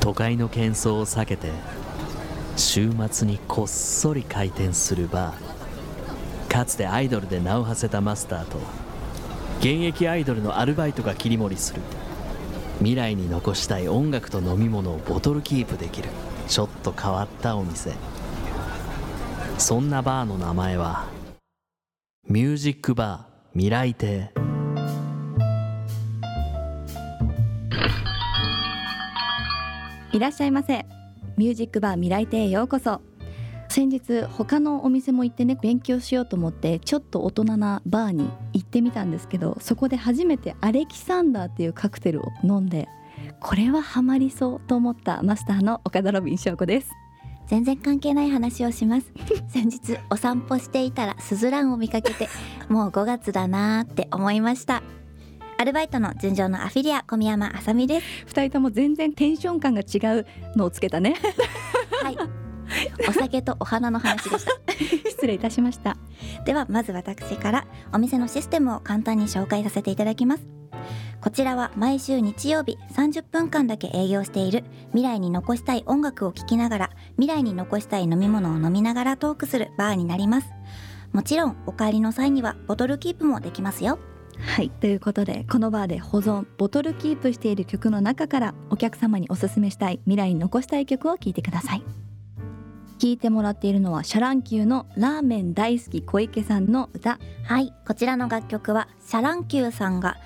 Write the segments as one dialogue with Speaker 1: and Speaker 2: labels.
Speaker 1: 都会の喧騒を避けて週末にこっそり開店するバーかつてアイドルで名を馳せたマスターと現役アイドルのアルバイトが切り盛りする未来に残したい音楽と飲み物をボトルキープできるちょっと変わったお店そんなバーの名前はミュージックバー未来亭
Speaker 2: いらっしゃいませミュージックバー未来亭へようこそ先日他のお店も行ってね勉強しようと思ってちょっと大人なバーに行ってみたんですけどそこで初めてアレキサンダーっていうカクテルを飲んでこれはハマりそうと思ったマスターの岡田ロビン翔子です
Speaker 3: 全然関係ない話をします 先日お散歩していたらスズランを見かけてもう5月だなーって思いましたアルバイトの純情のアフィリア小宮山あさみです
Speaker 2: 二人とも全然テンション感が違うのをつけた ね
Speaker 3: はいお酒とお花の話で した
Speaker 2: 失礼いたしました
Speaker 3: ではまず私からお店のシステムを簡単に紹介させていただきますこちらは毎週日曜日30分間だけ営業している未来に残したい音楽を聴きながら未来に残したい飲み物を飲みながらトークするバーになりますもちろんお帰りの際にはボトルキープもできますよ
Speaker 2: はいということでこのバーで保存ボトルキープしている曲の中からお客様におすすめしたい未来に残したい曲を聴いてください聴いてもらっているのはシャランキューのラーメン大好き小池さんの歌
Speaker 3: はいこちらの楽曲はシャランキューさんが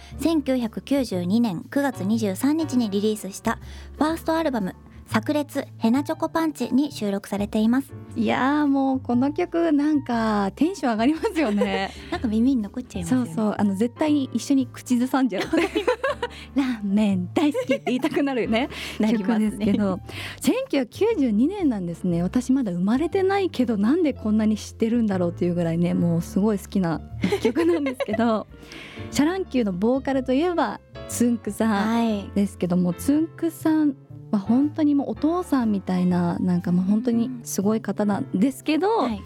Speaker 3: 1992年9月23日にリリースしたファーストアルバム「炸裂ヘナチョコパンチ」に収録されています
Speaker 2: いやーもうこの曲なんかテンション上がりますよね
Speaker 3: なんか耳に残っちゃいます
Speaker 2: そ
Speaker 3: よ
Speaker 2: う
Speaker 3: ね
Speaker 2: そうあの絶対に一緒に口ずさんじゃうラーメン大好きって言いたくなるよ ね
Speaker 3: なりますね
Speaker 2: 曲ですけど1992年なんですね私まだ生まれてないけどなんでこんなに知ってるんだろうっていうぐらいねもうすごい好きな曲なんですけ どシャランキューのボーカルといえばつんくさん
Speaker 3: はい
Speaker 2: ですけどもつんくさんは本当にもうお父さんみたいななんかもう本当にすごい方なんですけど、
Speaker 3: はい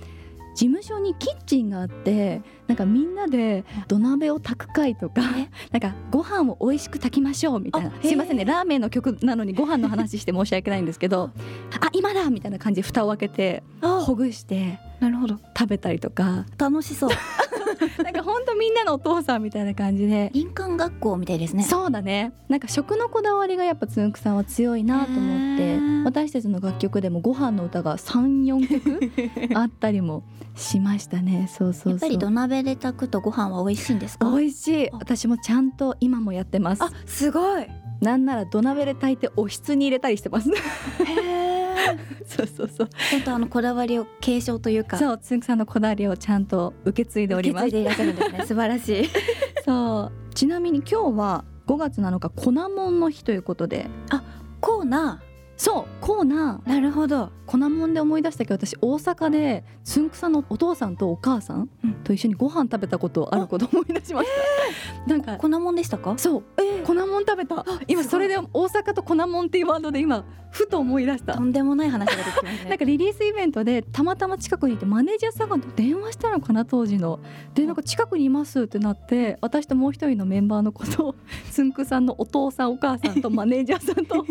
Speaker 2: 事務所にキッチンがあってなんかみんなで土鍋を炊く会とか
Speaker 3: え
Speaker 2: なんかご飯を美味しく炊きましょうみたいな
Speaker 3: あへー
Speaker 2: すいませんねラーメンの曲なのにご飯の話して申し訳ないんですけ どあ今だみたいな感じで蓋を開けてほぐして
Speaker 3: なるほど
Speaker 2: 食べたりと か
Speaker 3: 楽しそう
Speaker 2: なんかほんとみんなのお父さんみたいな感じで。
Speaker 3: 林間学校みたいですね
Speaker 2: そうだねなんか食のこだわりがやっぱつんくさんは強いなと思っ
Speaker 3: へ
Speaker 2: て
Speaker 3: ー
Speaker 2: 私たちの楽曲でもご飯の歌が34曲あったりもしましたねそうそうそう
Speaker 3: やっぱり土鍋で炊くとご飯は美味しいんですか
Speaker 2: 美味しい
Speaker 3: あ
Speaker 2: 私もちゃんと今もやってます
Speaker 3: すごいへ
Speaker 2: なんなら土鍋で炊いておひつに入れたりしてます そうそうそう
Speaker 3: ちゃんとあのこだわりを継承というか
Speaker 2: そうつんくさんのこだわりをちゃんと受け継いでおり
Speaker 3: 受け
Speaker 2: ま
Speaker 3: 継い
Speaker 2: す
Speaker 3: でいらっしゃるんですね素晴らし い
Speaker 2: そうちなみに今日は5月7日粉もんの日ということで
Speaker 3: コーナ
Speaker 2: そうコーナ
Speaker 3: ーなるほど
Speaker 2: ー粉もんで思い出したけど私大阪でつんくさんのお父さんとお母さん
Speaker 3: うん
Speaker 2: と一緒にご飯食べたことあることを思い出しました、なんか
Speaker 3: 粉もんでしたか
Speaker 2: そう、粉もん食べた今
Speaker 3: すごい
Speaker 2: それで大阪と粉もんっていうワードで今ふと思い出した
Speaker 3: とんでもない話ができます
Speaker 2: なん
Speaker 3: ね
Speaker 2: かリリースイベントでたまたま近くにいてマネージャーさんが電話したのかな当時の。でなんか近くにいますってなって私ともう一人のメンバーのことをつんくさんのお父さんお母さんとマネージャーさん と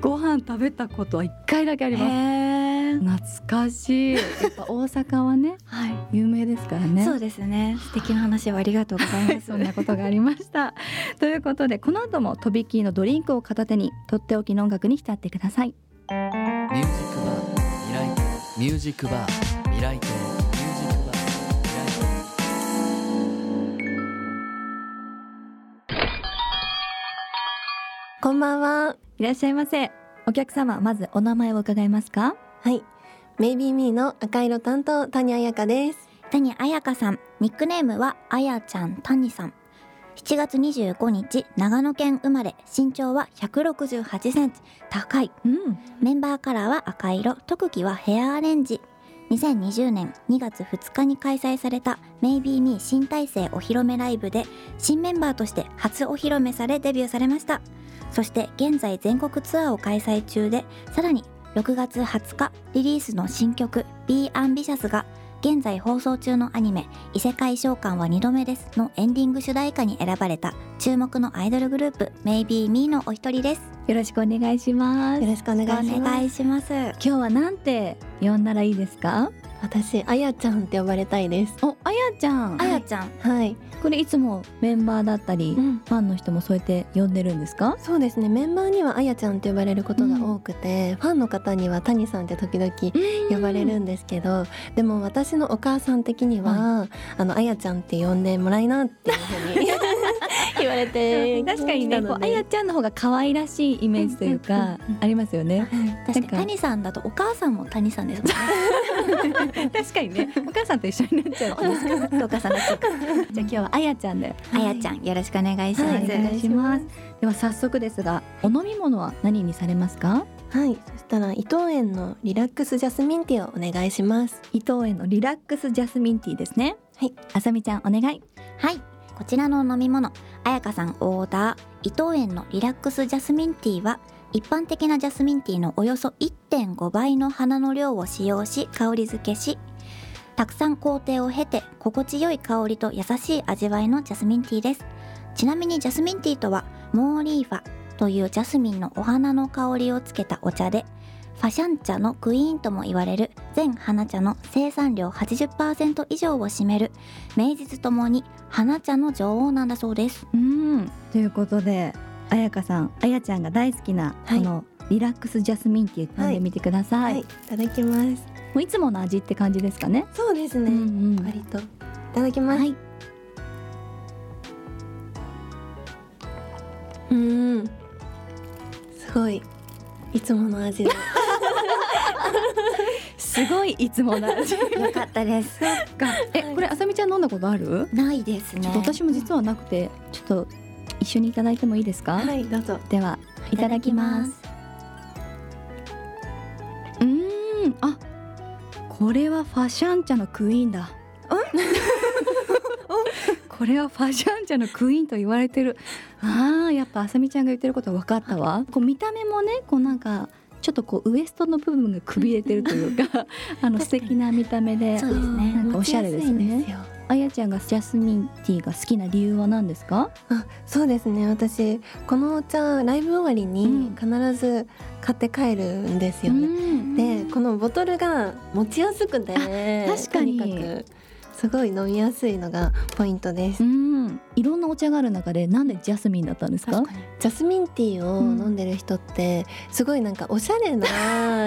Speaker 2: ご飯食べたことは一回だけあります。
Speaker 3: へー
Speaker 2: 懐かしいやっぱ大阪は ね
Speaker 3: は
Speaker 2: 有名ですから
Speaker 3: い
Speaker 2: ね。
Speaker 3: そうですね素敵な話をありがとうございます
Speaker 2: そんなことがありました。ということでこの後もとびきりのドリンクを片手にとっておきの音楽に浸ってください。
Speaker 1: ミュージックバー未来亭ミュージックバー未来亭ミュージックバー未来亭
Speaker 4: こんばんは。
Speaker 2: いらっしゃいませ。お客様まずお名前を伺えますか。
Speaker 4: はい。メイビーミーの赤色担当、谷彩香です。
Speaker 3: 谷彩香さんニックネームはあやちゃん谷さん7月25日長野県生まれ身長は168センチ高い
Speaker 2: うん。
Speaker 3: メンバーカラーは赤色特技はヘアアレンジ2020年2月2日に開催された「MaybeMe 新体制お披露目ライブ」で新メンバーとして初お披露目されデビューされましたそして現在全国ツアーを開催中でさらに6月20日リリースの新曲「BeAmbitious」が現在放送中のアニメ「異世界召喚は2度目です」のエンディング主題歌に選ばれた注目のアイドルグループ MaybeMe のお一人です
Speaker 2: よろしくお願いします
Speaker 4: よろしくお願いし
Speaker 3: お
Speaker 4: ます
Speaker 3: 願いします
Speaker 2: 今日はなんて呼んだらいいですか
Speaker 4: 私あやちゃんって呼ばれたいです
Speaker 2: お、あやちゃん
Speaker 3: あやちゃん
Speaker 4: はい、
Speaker 2: これいつもメンバーだったり
Speaker 4: うん、
Speaker 2: ファンの人もそうやって呼んでるんですか
Speaker 4: そうですねメンバーにはあやちゃんって呼ばれることが多くて、ファンの方には谷さんって時々呼ばれるんですけど、でも私のお母さん的には、あのあやちゃんって呼んでもらいなっていうふうに 言われて
Speaker 2: 確かにね、
Speaker 4: き
Speaker 2: こ
Speaker 4: たの
Speaker 2: うあ
Speaker 4: で
Speaker 2: やちゃんの方が可愛らしいイメージというか、
Speaker 4: うんうんうんうん
Speaker 2: ありますよね。
Speaker 3: 確かに
Speaker 2: なんか
Speaker 3: 谷さんだとお母さんも谷さんですもんね
Speaker 2: 確かにね、 お母さんと一緒になっちゃう。
Speaker 3: お母さんとお母さんだと
Speaker 2: じゃあ今日はあやちゃんで。
Speaker 3: あやちゃんよろしくお願いし
Speaker 4: は
Speaker 3: ま
Speaker 4: い
Speaker 3: す、
Speaker 4: お願いし
Speaker 2: お願
Speaker 4: ま
Speaker 2: い
Speaker 4: す
Speaker 2: しでは早速ですが、お飲み物は何にされますか？
Speaker 4: はいそしたら伊藤園のリラックスジャスミンティーをお願いします
Speaker 2: 伊藤園のリラックスジャスミンティーですね。
Speaker 4: はい、
Speaker 2: あさみちゃんお願い。
Speaker 3: はいこちらの飲み物彩香さんオーダー伊藤園のリラックスジャスミンティーは一般的なジャスミンティーのおよそ1.5倍の花の量を使用し香り付けしたくさん工程を経て心地よい香りと優しい味わいのジャスミンティーですちなみにジャスミンティーとはモーリーファというジャスミンのお花の香りをつけたお茶でファシャン茶のクイーンとも言われる全花茶の生産量80%以上を占める名実ともに花茶の女王なんだそうです
Speaker 2: うん。ということで、あやかさん、あやちゃんが大好きな、
Speaker 4: はい
Speaker 2: このリラックスジャスミンティー飲んでみてください。
Speaker 4: いただきます
Speaker 2: もういつもの味って感じですかね。
Speaker 4: そうですね、
Speaker 2: んうん
Speaker 4: 割といただきます、
Speaker 3: はい
Speaker 4: うーんすごいいつもの味で
Speaker 2: すごいいつもの 味。
Speaker 3: よかったです
Speaker 2: え、これあさみちゃん飲んだことある？
Speaker 3: ないですね
Speaker 2: 私も実はなくてちょっと一緒にいただいてもいいですか、
Speaker 4: いどうぞ
Speaker 2: ではいただきますうーんあこれはファシャンチャのクイーンだ これはファシャンチャのクイーンと言われてるあーやっぱあさみちゃんが言ってることは分かったわこう見た目もねこうなんかちょっとこうウエストの部分がくびれてるという かあの素敵な見た目で
Speaker 3: そうですね
Speaker 2: なんかおしゃれですね
Speaker 4: 持ちやいんですよ
Speaker 2: あやちゃんがジャスミンティーが好きな理由は何ですか
Speaker 4: あそうですね私このお茶ライブ終わりに必ず買って帰るんですよね、
Speaker 2: で
Speaker 4: でこのボトルが持ちやすくて
Speaker 2: 確かに
Speaker 4: とにかくすごい飲みやすいのがポイントです、
Speaker 2: うん、いろんなお茶がある中でなんでジャスミンだったんですか
Speaker 3: 確かに
Speaker 4: ジャスミンティーを飲んでる人ってすごいなんかおしゃれな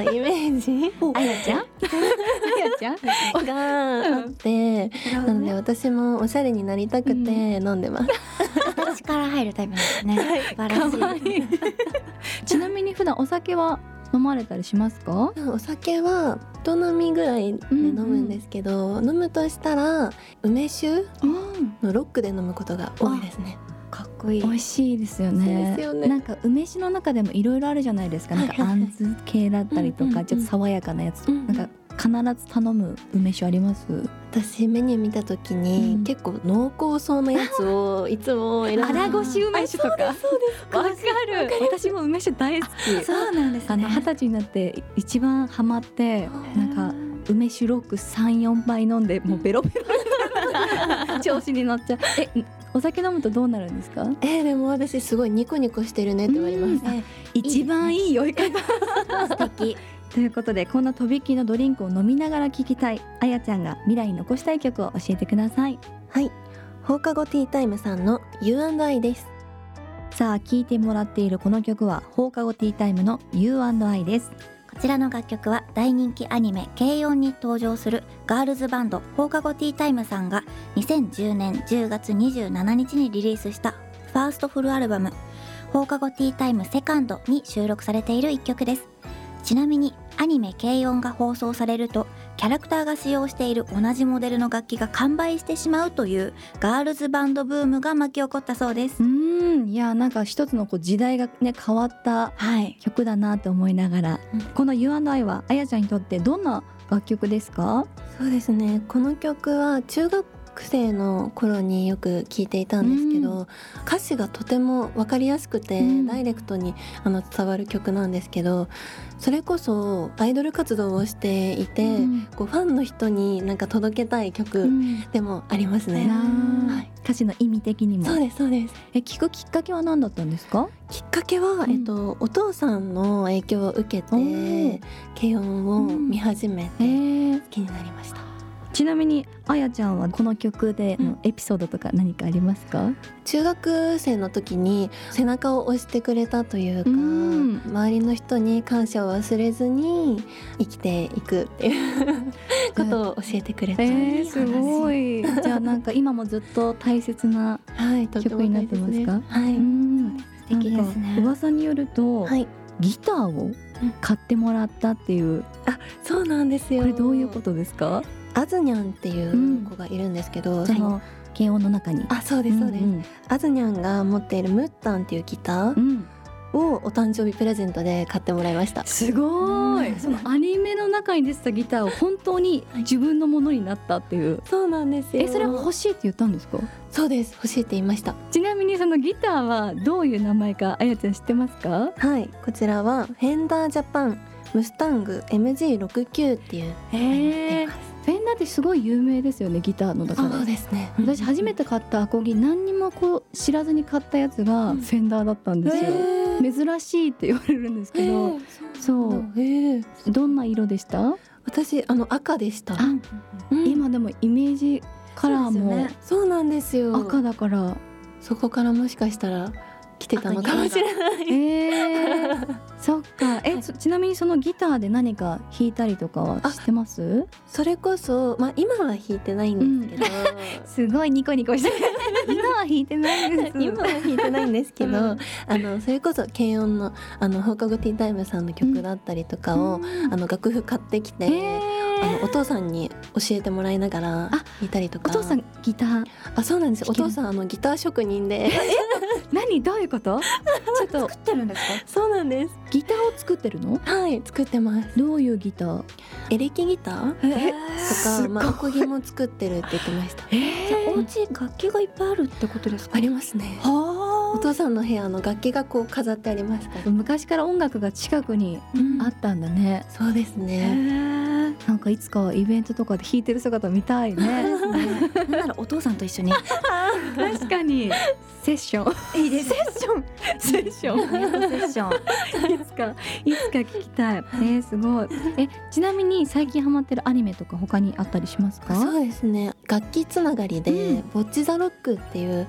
Speaker 4: イメージ
Speaker 2: あやちゃんあやちゃん
Speaker 4: があって、なので私もおしゃれになりたくて飲んでます、
Speaker 3: 私から入るタイプなんですね素晴らしい
Speaker 2: 可愛いちなみに普段お酒は飲まれたりしますか
Speaker 4: お酒は人飲みぐらいで飲むんですけど、飲むとしたら梅酒
Speaker 2: うん
Speaker 4: のロックで飲むことが多いですね。
Speaker 3: かっこいい
Speaker 2: 美味しいですよ
Speaker 4: そう
Speaker 2: ね
Speaker 4: ですよね
Speaker 2: なんか梅酒の中でもいろいろあるじゃないですかなんか
Speaker 4: はいはい
Speaker 2: あ
Speaker 4: はい
Speaker 2: んず系だったりと
Speaker 4: うんうん
Speaker 2: か
Speaker 4: うん
Speaker 2: ちょっと爽やかなやつと
Speaker 4: うん
Speaker 2: かなんか必ず頼む梅酒あります
Speaker 4: 私メニュー見た時に、
Speaker 2: うん
Speaker 4: 結構濃厚そうなやつをいつも選んで
Speaker 2: 腹ごし梅酒とかわかる私も梅酒大好き
Speaker 3: そうなんです
Speaker 2: あ
Speaker 3: ね
Speaker 2: の二十歳になって一番ハマってなんか梅酒ロック三四杯飲んでもうベロベロ 調子に乗っちゃう。えお酒飲むとどうなるんですか？
Speaker 4: えーでも私すごいニコニコしてるねって言われます、
Speaker 2: うん一番いい酔い方。
Speaker 3: 素敵
Speaker 2: ということでこんなとびっきりのドリンクを飲みながら聴きたいあやちゃんが未来に残したい曲を教えてください。
Speaker 4: はい放課後ティータイムさんの U&I です
Speaker 2: さあ聴いてもらっているこの曲は放課後ティータイムの U&I です。
Speaker 3: こちらの楽曲は大人気アニメ「軽音」に登場するガールズバンド放課後ティータイムさんが2010年10月27日にリリースしたファーストフルアルバム「放課後ティータイムセカンドに収録されている一曲ですちなみにアニメ「軽音」が放送されるとキャラクターが使用している同じモデルの楽器が完売してしまうというガールズバンドブームが巻き起こったそうです
Speaker 2: うーんいやなんか一つのこう時代がね変わった
Speaker 3: はい
Speaker 2: 曲だなと思いながら、
Speaker 4: うん
Speaker 2: この U&I はあやちゃんにとってどんな楽曲ですか？
Speaker 4: そうですねこの曲は中学学生の頃によく聞いていたんですけど、歌詞がとても分かりやすくて、
Speaker 2: うん
Speaker 4: ダイレクトにあの伝わる曲なんですけどそれこそアイドル活動をしていて、
Speaker 2: うん
Speaker 4: こうファンの人になんか届けたい曲
Speaker 2: うん
Speaker 4: でもありますね。はい
Speaker 2: 歌詞の意味的にも
Speaker 4: そうですそうです
Speaker 2: え聞くきっかけは何だったんですか
Speaker 4: きっかけは、
Speaker 2: うん
Speaker 4: えっと、お父さんの影響を受け
Speaker 2: お
Speaker 4: て
Speaker 2: ー
Speaker 4: 軽音を見始め
Speaker 2: え
Speaker 4: て気になりました。
Speaker 2: ちなみにあやちゃんはこの曲でのエピソードとか何かありますか、
Speaker 4: 中学生の時に背中を押してくれたというか、
Speaker 2: うん
Speaker 4: 周りの人に感謝を忘れずに生きていくっていう ことを教えてくれた、
Speaker 3: ーすご
Speaker 2: いじゃあなんか今もずっと大切な
Speaker 4: はい、とても
Speaker 2: 曲になってますか
Speaker 4: 大切ですはい、
Speaker 2: ん
Speaker 3: 素敵です
Speaker 2: な
Speaker 3: ね
Speaker 2: んか噂によると、
Speaker 4: はい、
Speaker 2: ギターを買ってもらったっていう
Speaker 4: そうなんです
Speaker 2: こ
Speaker 4: よ。
Speaker 2: れどういうことですか
Speaker 4: あずにゃんっていう子がいるんですけど、
Speaker 2: そ
Speaker 4: その
Speaker 2: の軽音の中に
Speaker 4: あ、そうですそうです。
Speaker 2: ん
Speaker 4: あずにゃんが持っているムッタンっていうギタ
Speaker 2: う
Speaker 4: ー
Speaker 2: ん
Speaker 4: をお誕生日プレゼントで買ってもらいました。
Speaker 2: すご
Speaker 4: う
Speaker 2: い
Speaker 4: ん
Speaker 2: そのアニメの中に出てたギターを本当に自分のものになったっていう
Speaker 4: そうなんですよ。
Speaker 2: えそれは欲しいって言ったんですか
Speaker 4: そうです。欲しいって言いました。
Speaker 2: ちなみにそのギターはどういう名前かあやちゃん知ってますか
Speaker 4: はい、こちらはフェンダージャパンムスタング MG69 っていう
Speaker 2: へ
Speaker 4: え
Speaker 2: えフェンダーってすごい有名ですよねギターのだから
Speaker 4: ですね
Speaker 2: 私初めて買ったアコギ何にもこう知らずに買ったやつが
Speaker 4: う
Speaker 2: フ
Speaker 4: ん
Speaker 2: ェンダーだったんですよ、珍しいって言われるんですけど、そうどんな色でした、
Speaker 4: 私あの赤でした
Speaker 2: あ
Speaker 4: うん
Speaker 2: 今でもイメージカラーも
Speaker 4: そうなんですよ
Speaker 2: 赤だから
Speaker 4: そこからもしかしたら来てたのかもしれない
Speaker 2: えー、そっ か え、そちなみにそのギターで何か弾いたりとかはしてます
Speaker 4: それこそまあ今は弾いてないんですけど、
Speaker 2: すごいニコニ コして今は弾いてない
Speaker 4: 今は弾いてないんですけど、
Speaker 2: うん
Speaker 4: あのそれこそ軽音のあの放課後ティータイムさんの曲だったりとかを、あの楽譜買ってきて、
Speaker 2: え
Speaker 4: あ
Speaker 2: ー
Speaker 4: のお父さんに教えてもらいながら見たりとか
Speaker 2: お父さんギター
Speaker 4: あそうなんですよお
Speaker 2: 弾ける
Speaker 4: 父さんあのギター職人で
Speaker 2: 何どういうことちょっと
Speaker 3: 作ってるんですか
Speaker 4: そうなんです
Speaker 2: ギターを作ってるの
Speaker 4: はい作ってます
Speaker 2: どういうギター
Speaker 4: エレキギターと
Speaker 2: え
Speaker 4: かまあアコギも作ってるって言ってました
Speaker 3: じゃあお家楽器がいっぱいあるってことですか
Speaker 4: ありますねお
Speaker 3: は
Speaker 4: 父さんの部屋の楽器がこう飾ってありますから、
Speaker 2: 昔から音楽が近くにあったんだね、
Speaker 4: そうですね
Speaker 2: なんかいつかイベントとかで弾いてる姿見たいね
Speaker 3: なんならお父さんと一緒に
Speaker 2: 確かにセッション
Speaker 3: いいですセッション
Speaker 2: セッショ
Speaker 3: セッション
Speaker 2: ンいつかいつか聞きたいねえすごいえちなみに最近ハマってるアニメとか他にあったりしますか
Speaker 4: そうですね楽器つながりで、
Speaker 2: うん
Speaker 4: ボッチ・ザ・ロックっていう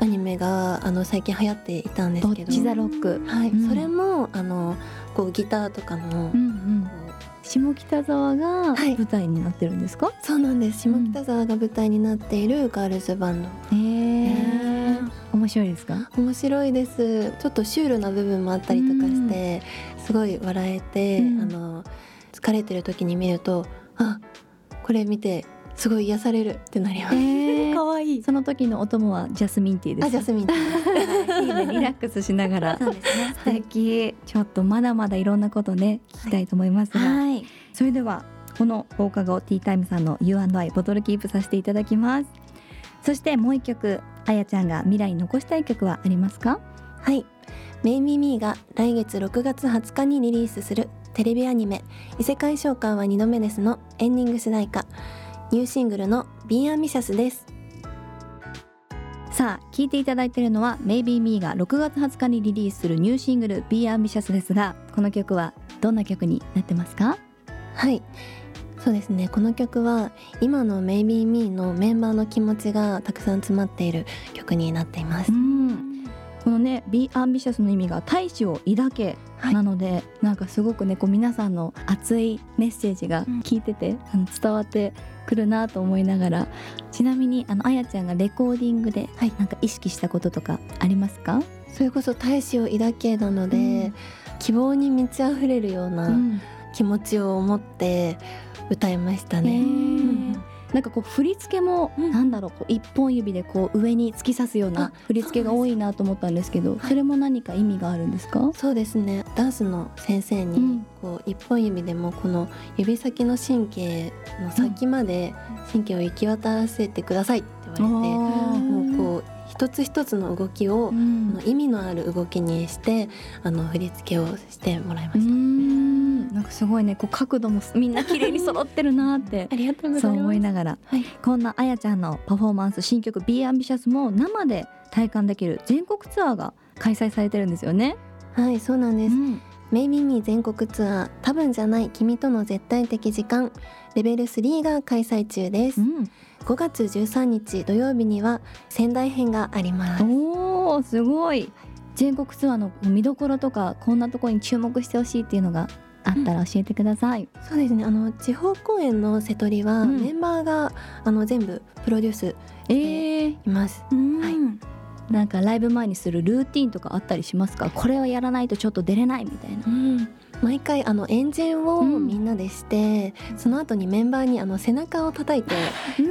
Speaker 4: アニメがあの最近流行っていたんです
Speaker 2: ボ
Speaker 4: け
Speaker 2: ッ
Speaker 4: ど
Speaker 2: チザロック
Speaker 4: はい、
Speaker 2: うん
Speaker 4: それもあのこうギターとかの、
Speaker 2: うんうん
Speaker 4: こう
Speaker 2: 下北沢が舞台になってるんですか、
Speaker 4: そうなんです下北沢が舞台になっているガールズバンド、
Speaker 2: へえ面白いですか
Speaker 4: 面白いですちょっとシュールな部分もあったりとかして、すごい笑えて、
Speaker 2: うん
Speaker 4: あの疲れてる時に見るとあこれ見てすごい癒されるってなります、
Speaker 2: え
Speaker 3: 可愛い
Speaker 2: その時のお供はジャスミンティーです
Speaker 4: あジャスミン
Speaker 2: いいねリラックスしながら
Speaker 3: そうですね
Speaker 2: 素 敵ちょっとまだまだいろんなことね聞きたいと思いますが、
Speaker 3: はい
Speaker 2: それではこの放課後ティータイムさんの U&I ボトルキープさせていただきますそしてもう一曲あやちゃんが未来に残したい曲はありますか
Speaker 4: はい「メイミミー」が来月6月20日にリリースするテレビアニメ「異世界召喚は2度目です」のエンディング主題歌ニューシングルの「ビーアンビシャス」です
Speaker 2: さあ聞いていただいているのは Maybe Me が6月20日にリリースするニューシングル Be Ambitious ですがこの曲はどんな曲になってますか
Speaker 4: はいそうですねこの曲は今の「MaybeMe」のメンバーの気持ちがたくさん詰まっている曲になっています、
Speaker 2: んこのね「Be Ambitious」の意味が「大志を抱け」
Speaker 4: はい
Speaker 2: なので、なんかすごくねこう皆さんの熱いメッセージが
Speaker 3: うん
Speaker 2: 聞いてて、あの伝わってくるなと思いながらちなみにあのあやちゃんがレコーディングで、
Speaker 4: はい
Speaker 2: なんか意識したこととかありますか、
Speaker 4: それこそ大志を抱けなので、
Speaker 2: うん
Speaker 4: 希望に満ち溢れるような気持ちを持って歌いましたね、
Speaker 2: うんなんかこう振り付けも、
Speaker 3: うん
Speaker 2: なんだろうこう一本指でこう上に突き刺すような
Speaker 4: あ
Speaker 2: 振り付けが多いなと思ったんですけどそれも何か意味があるんですか、
Speaker 4: そうですねダンスの先生に、
Speaker 2: うん
Speaker 4: こう一本指でもこの指先の神経の先まで神経を行き渡らせてくださいって言われて、
Speaker 2: も
Speaker 4: もうこう一つ一つの動きを、あの意味のある動きにしてあの振り付けをしてもらいま
Speaker 2: う
Speaker 4: した。
Speaker 2: んなんかすごいねこう角度もみんな綺麗に揃ってるなって
Speaker 4: ありがとう
Speaker 2: そう思いながら、
Speaker 4: はい
Speaker 2: こんなあやちゃんのパフォーマンス新曲「BeAmbitious」も生で体感できる全国ツアーが開催されてるんですよね。
Speaker 4: はい、そうなんです。
Speaker 2: うん
Speaker 4: メイビミ全国ツアー多分じゃない君との絶対的時間レベル3が開催中です。
Speaker 2: うん
Speaker 4: 5月13日土曜日には仙台編があります。
Speaker 2: おーすごい全国ツアーの見どころとかこんなところに注目してほしいっていうのがあったら教えてください。
Speaker 4: そうですね。あの地方公演の瀬戸りは、
Speaker 2: うん
Speaker 4: メンバーがあの全部プロデュース
Speaker 2: えー、
Speaker 4: います。
Speaker 3: うん
Speaker 4: はい
Speaker 2: なんかライブ前にするルーティンとかあったりしますかこれはやらないとちょっと出れないみたいな。
Speaker 4: 毎回あの演ンを
Speaker 2: うん
Speaker 4: みんなでして、その後にメンバーにあの背中を叩いて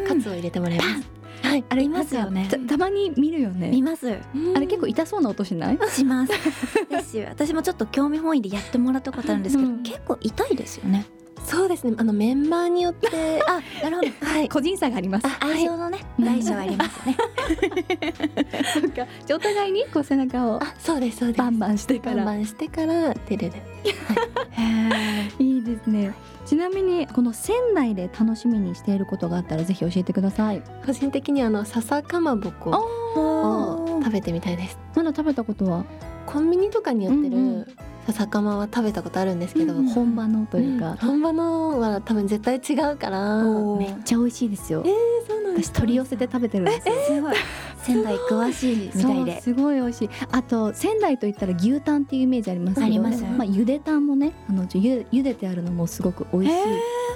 Speaker 4: カツを入れてもらいます。はい。
Speaker 3: あれいますよね
Speaker 2: たたまに見るよね
Speaker 3: 見。ます
Speaker 2: あれ結構痛そうな音しない
Speaker 3: します ですし私もちょっと興味本位でやってもらったことあるんですけど、
Speaker 2: うん
Speaker 3: 結構痛いですよね
Speaker 4: そうですね。あのメンバーによ って、
Speaker 3: あなるほど
Speaker 4: はい。
Speaker 2: 個人差があります。
Speaker 3: あ愛情のね
Speaker 2: うん
Speaker 3: 大小ありますよね
Speaker 2: そうか。じゃあお互いにこう背中を
Speaker 4: あ、そうですそうです。
Speaker 2: バンバンして
Speaker 4: バ
Speaker 2: か
Speaker 4: ンバ
Speaker 2: ら。
Speaker 4: ンしてから出れる。
Speaker 3: へー
Speaker 2: いいですね。ちなみにこの仙台で楽しみにしていることがあったらぜひ教えてください。
Speaker 4: 個人的にあの笹かまぼこを食べてみたいです。
Speaker 2: まだ食べたことは
Speaker 4: コンビニとかに売って
Speaker 2: うんう
Speaker 4: る笹かまは食べたことあるんですけど、
Speaker 3: うんうん
Speaker 4: ほん
Speaker 2: 本場のというか、
Speaker 4: 本場のは多分絶対違うから。
Speaker 3: おー
Speaker 2: めっちゃ美味しいですよ。
Speaker 4: そうなん
Speaker 2: 私取り寄せて食べてるんですよ。
Speaker 3: すごい仙台詳しいみたい
Speaker 2: そう
Speaker 3: です
Speaker 2: ごい美味しいあと仙台といったら牛タンっていうイメージありますけど
Speaker 3: あります
Speaker 2: あ、ゆでタンもねあのちょゆゆでてあるのもすごく美味し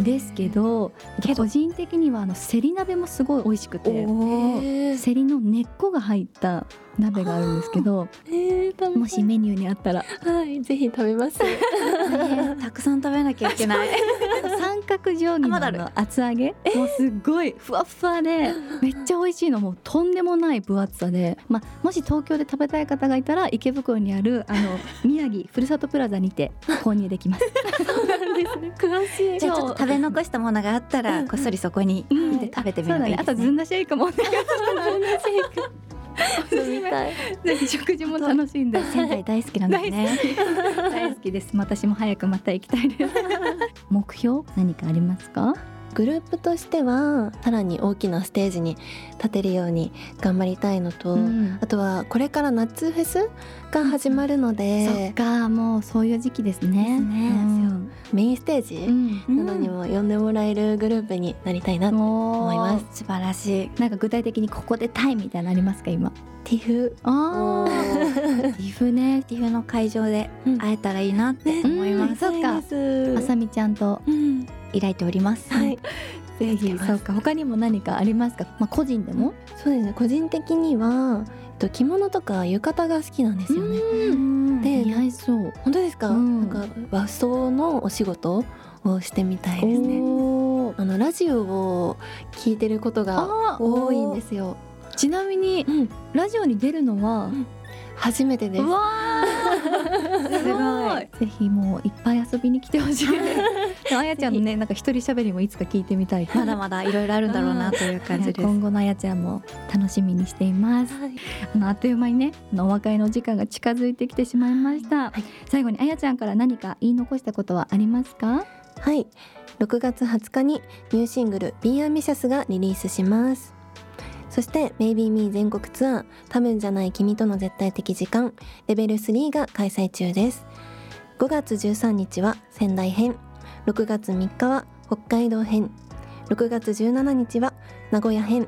Speaker 2: いですけど,、
Speaker 3: けど
Speaker 2: 個人的にはあのセリ鍋もすごい美味しくて
Speaker 3: おー
Speaker 4: えー
Speaker 2: セリの根っこが入った鍋があるんですけど
Speaker 4: えー、食べたい
Speaker 2: もしメニューにあったら
Speaker 4: はい、ぜひ食べます。
Speaker 3: ねたくさん食べなきゃいけない
Speaker 2: 三角定規
Speaker 3: あまだ
Speaker 2: の
Speaker 3: あ
Speaker 2: あ
Speaker 3: る
Speaker 2: の厚揚げもうすっごいふわっふわ でめっちゃ美味しいのもうとんでもない分厚さで、まあ、もし東京で食べたい方がいたら池袋にあるあの 宮城ふるさとプラザにて購入でき ます。
Speaker 4: 詳しい
Speaker 3: じゃあちょっと食べ残したものがあったらこっそりそこに
Speaker 2: うん
Speaker 3: 行って食べてみるのがいい
Speaker 2: あ
Speaker 3: で
Speaker 2: と
Speaker 3: す
Speaker 2: ず
Speaker 3: ね
Speaker 2: んだシェイクも、ね、
Speaker 4: みたい。
Speaker 2: ぜひ 食事も楽しんで
Speaker 3: 仙台大好きなんですね
Speaker 2: 大好きです私も早くまた行きたいです 目標何かありますか
Speaker 4: グループとしては、さらに大きなステージに立てるように頑張りたいのと、
Speaker 2: うん
Speaker 4: あとはこれから夏フェスが始まるの
Speaker 2: そっ
Speaker 4: で、
Speaker 2: かもうそういう時期ですね
Speaker 3: ですね
Speaker 2: うん
Speaker 4: メインステージ
Speaker 2: うん
Speaker 4: などにも呼んでもらえるグループになりたいな。
Speaker 2: 思
Speaker 4: います
Speaker 3: 素晴らしい
Speaker 2: なんか具体的にここでたいみたいなのありますか今
Speaker 4: ティフ
Speaker 2: あーリフね
Speaker 3: 岐阜の会場で会えたらいいなって思います、
Speaker 2: うんそっかあさみちゃんと
Speaker 4: うん、
Speaker 3: 依頼ております、
Speaker 4: はい、
Speaker 2: ぜ
Speaker 4: ひ
Speaker 2: そうか他にも何かありますかまあ個人でも
Speaker 4: そうですね。個人的には、えっと着物とか浴衣が好きなんですよね。
Speaker 2: うん
Speaker 4: で
Speaker 2: 似合いそう
Speaker 4: 本当ですか、
Speaker 2: うん
Speaker 4: なんか和装のお仕事をしてみたいですね。
Speaker 2: おー
Speaker 4: あのラジオを聞いてることが
Speaker 2: あー
Speaker 4: 多いんですよ。
Speaker 2: ちなみに
Speaker 4: うん、
Speaker 2: ラジオに出るのは
Speaker 4: 初めてです。
Speaker 2: わ
Speaker 3: ー
Speaker 2: すごいぜひもういっぱい遊びに来てほ しいでもあやちゃんのねなんか一人喋りもいつか聞いてみたい
Speaker 3: まだまだいろいろあるんだろうなという感じです
Speaker 2: 今後のあやちゃんも楽しみにしています
Speaker 4: はい、
Speaker 2: あのあっという間にねあのお別れの時間が近づいてきてしまいました、
Speaker 4: はい
Speaker 2: 最後にあやちゃんから何か言い残したことはありますか
Speaker 4: はい、6月20日にニューシングル「Be Ambitious」がリリースしますそして「Maybe Me」全国ツアー「多分じゃない君との絶対的時間」レベル3が開催中です5月13日は仙台編6月3日は北海道編6月17日は名古屋編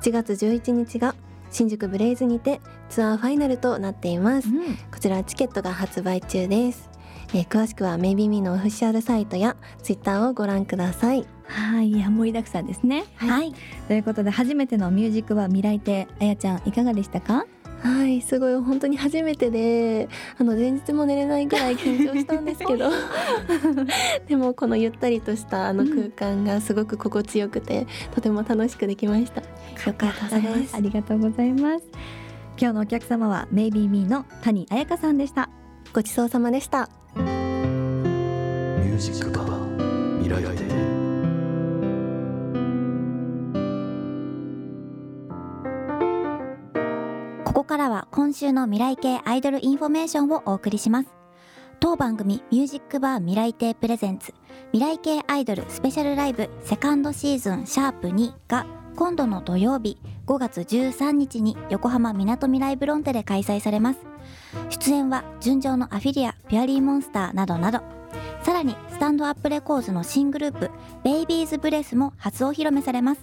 Speaker 4: 7月11日が新宿ブレイズにてツアーファイナルとなっていますこちらチケットが発売中です。えー詳しくはメイビーミーのオフィシャルサイトやツイッターをご覧ください。
Speaker 2: はいいや盛りだくさんですね
Speaker 3: はい、
Speaker 2: ということで初めてのミュージックは未来亭あやちゃんいかがでしたか
Speaker 4: はいすごい本当に初めてであの前日も寝れないぐらい緊張したんですけどでもこのゆったりとしたあの空間がすごく心地よくて、とても楽しくできました
Speaker 3: よかったです
Speaker 2: ありがとうございます今日のお客様はメイビーミーの谷彩香さんでした
Speaker 4: ごちそうさまでした
Speaker 5: ミュージックバー未来亭
Speaker 3: ここからは今週の未来系アイドルインフォメーションをお送りします。当番組ミュージックバー未来亭プレゼンツ未来系アイドルスペシャルライブセカンドシーズンシャープ2が今度の土曜日5月13日に横浜みなとみらいブロンテで開催されます。出演は純情のアフィリア、ピュアリーモンスターなどなど。さらにスタンドアップレコーズの新グループベイビーズブレスも初お披露目されます。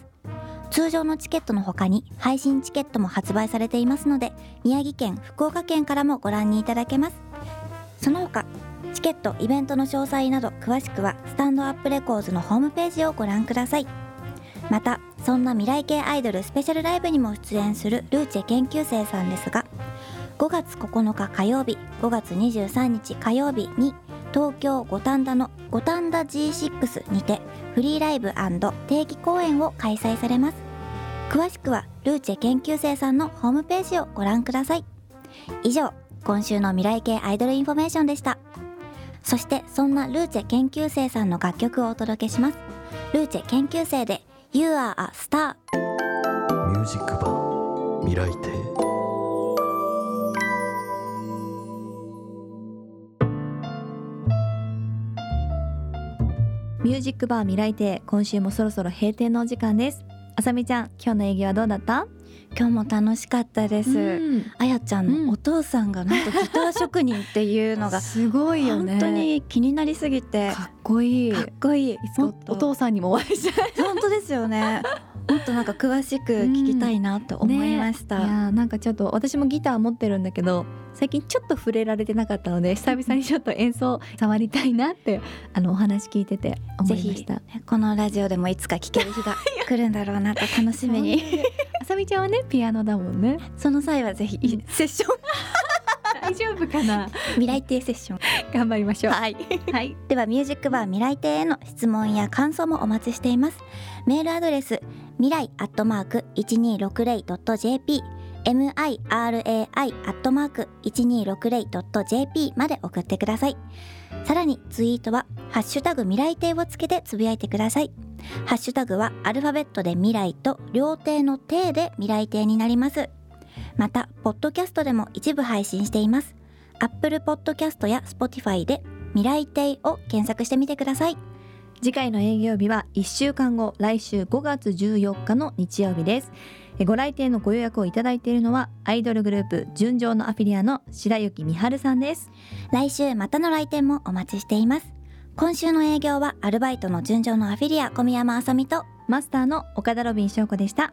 Speaker 3: 通常のチケットの他に配信チケットも発売されていますので宮城県福岡県からもご覧にいただけますその他チケットイベントの詳細など詳しくはスタンドアップレコーズのホームページをご覧くださいまたそんな未来系アイドルスペシャルライブにも出演するルーチェ研究生さんですが5月9日火曜日5月23日火曜日に東京五反田の五反田 G6 にてフリーライブ定期公演を開催されます詳しくはルーチェ研究生さんのホームページをご覧ください以上今週の未来系アイドルインフォメーションでしたそしてそんなルーチェ研究生さんの楽曲をお届けしますルーチェ研究生で You are a star
Speaker 5: ミュージックバー未来亭
Speaker 2: ミュージックバー未来亭今週もそろそろ閉店のお時間ですあさみちゃん今日の営業はどうだった
Speaker 3: 今日も楽しかったです、あやちゃんのお父さんがなんとギター職人っていうのが
Speaker 6: すごいよね
Speaker 3: 本当に気になりすぎて
Speaker 6: かっこいい
Speaker 3: かっこいい
Speaker 6: ほんお父さんにもお会いしたい
Speaker 3: 本当ですよね。もっとなんか詳しく聞きたいなと思いました。
Speaker 2: いやーなんかちょっと私もギター持ってるんだけど最近ちょっと触れられてなかったので久々にちょっと演奏触りたいなってあのお話聞いてて思
Speaker 3: ぜ
Speaker 2: いま
Speaker 3: ひ
Speaker 2: した
Speaker 3: このラジオでもいつか聞ける日が来るんだろうなと楽しみに。
Speaker 2: あさみちゃんはねピアノだもんね
Speaker 3: その際はぜひ
Speaker 2: うん
Speaker 3: セッション
Speaker 2: 大丈夫かな
Speaker 3: 未来亭セッション。
Speaker 2: 頑張りましょう
Speaker 3: はい。
Speaker 2: はい
Speaker 3: ではミュージックバー未来亭への質問や感想もお待ちしています。メールアドレス未来アットマーク一二六零ドット jp m i r a i アットマーク一二六零ドット jp まで送ってください。さらにツイートはハッシュタグ未来亭をつけてつぶやいてください。ハッシュタグはアルファベットで未来と両亭の亭で未来亭になります。またポッドキャストでも一部配信しています。アップルポッドキャストや Spotify で未来亭を検索してみてください
Speaker 2: 次回の営業日は1週間後来週5月14日の日曜日ですえご来店のご予約をいただいているのはアイドルグループ純情のアフィリアの白雪美春さんです
Speaker 3: 来週またの来店もお待ちしています今週の営業はアルバイトの純情のアフィリア小宮山あさみと
Speaker 2: マスターの岡田ロビン翔子でした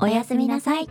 Speaker 3: おやすみなさい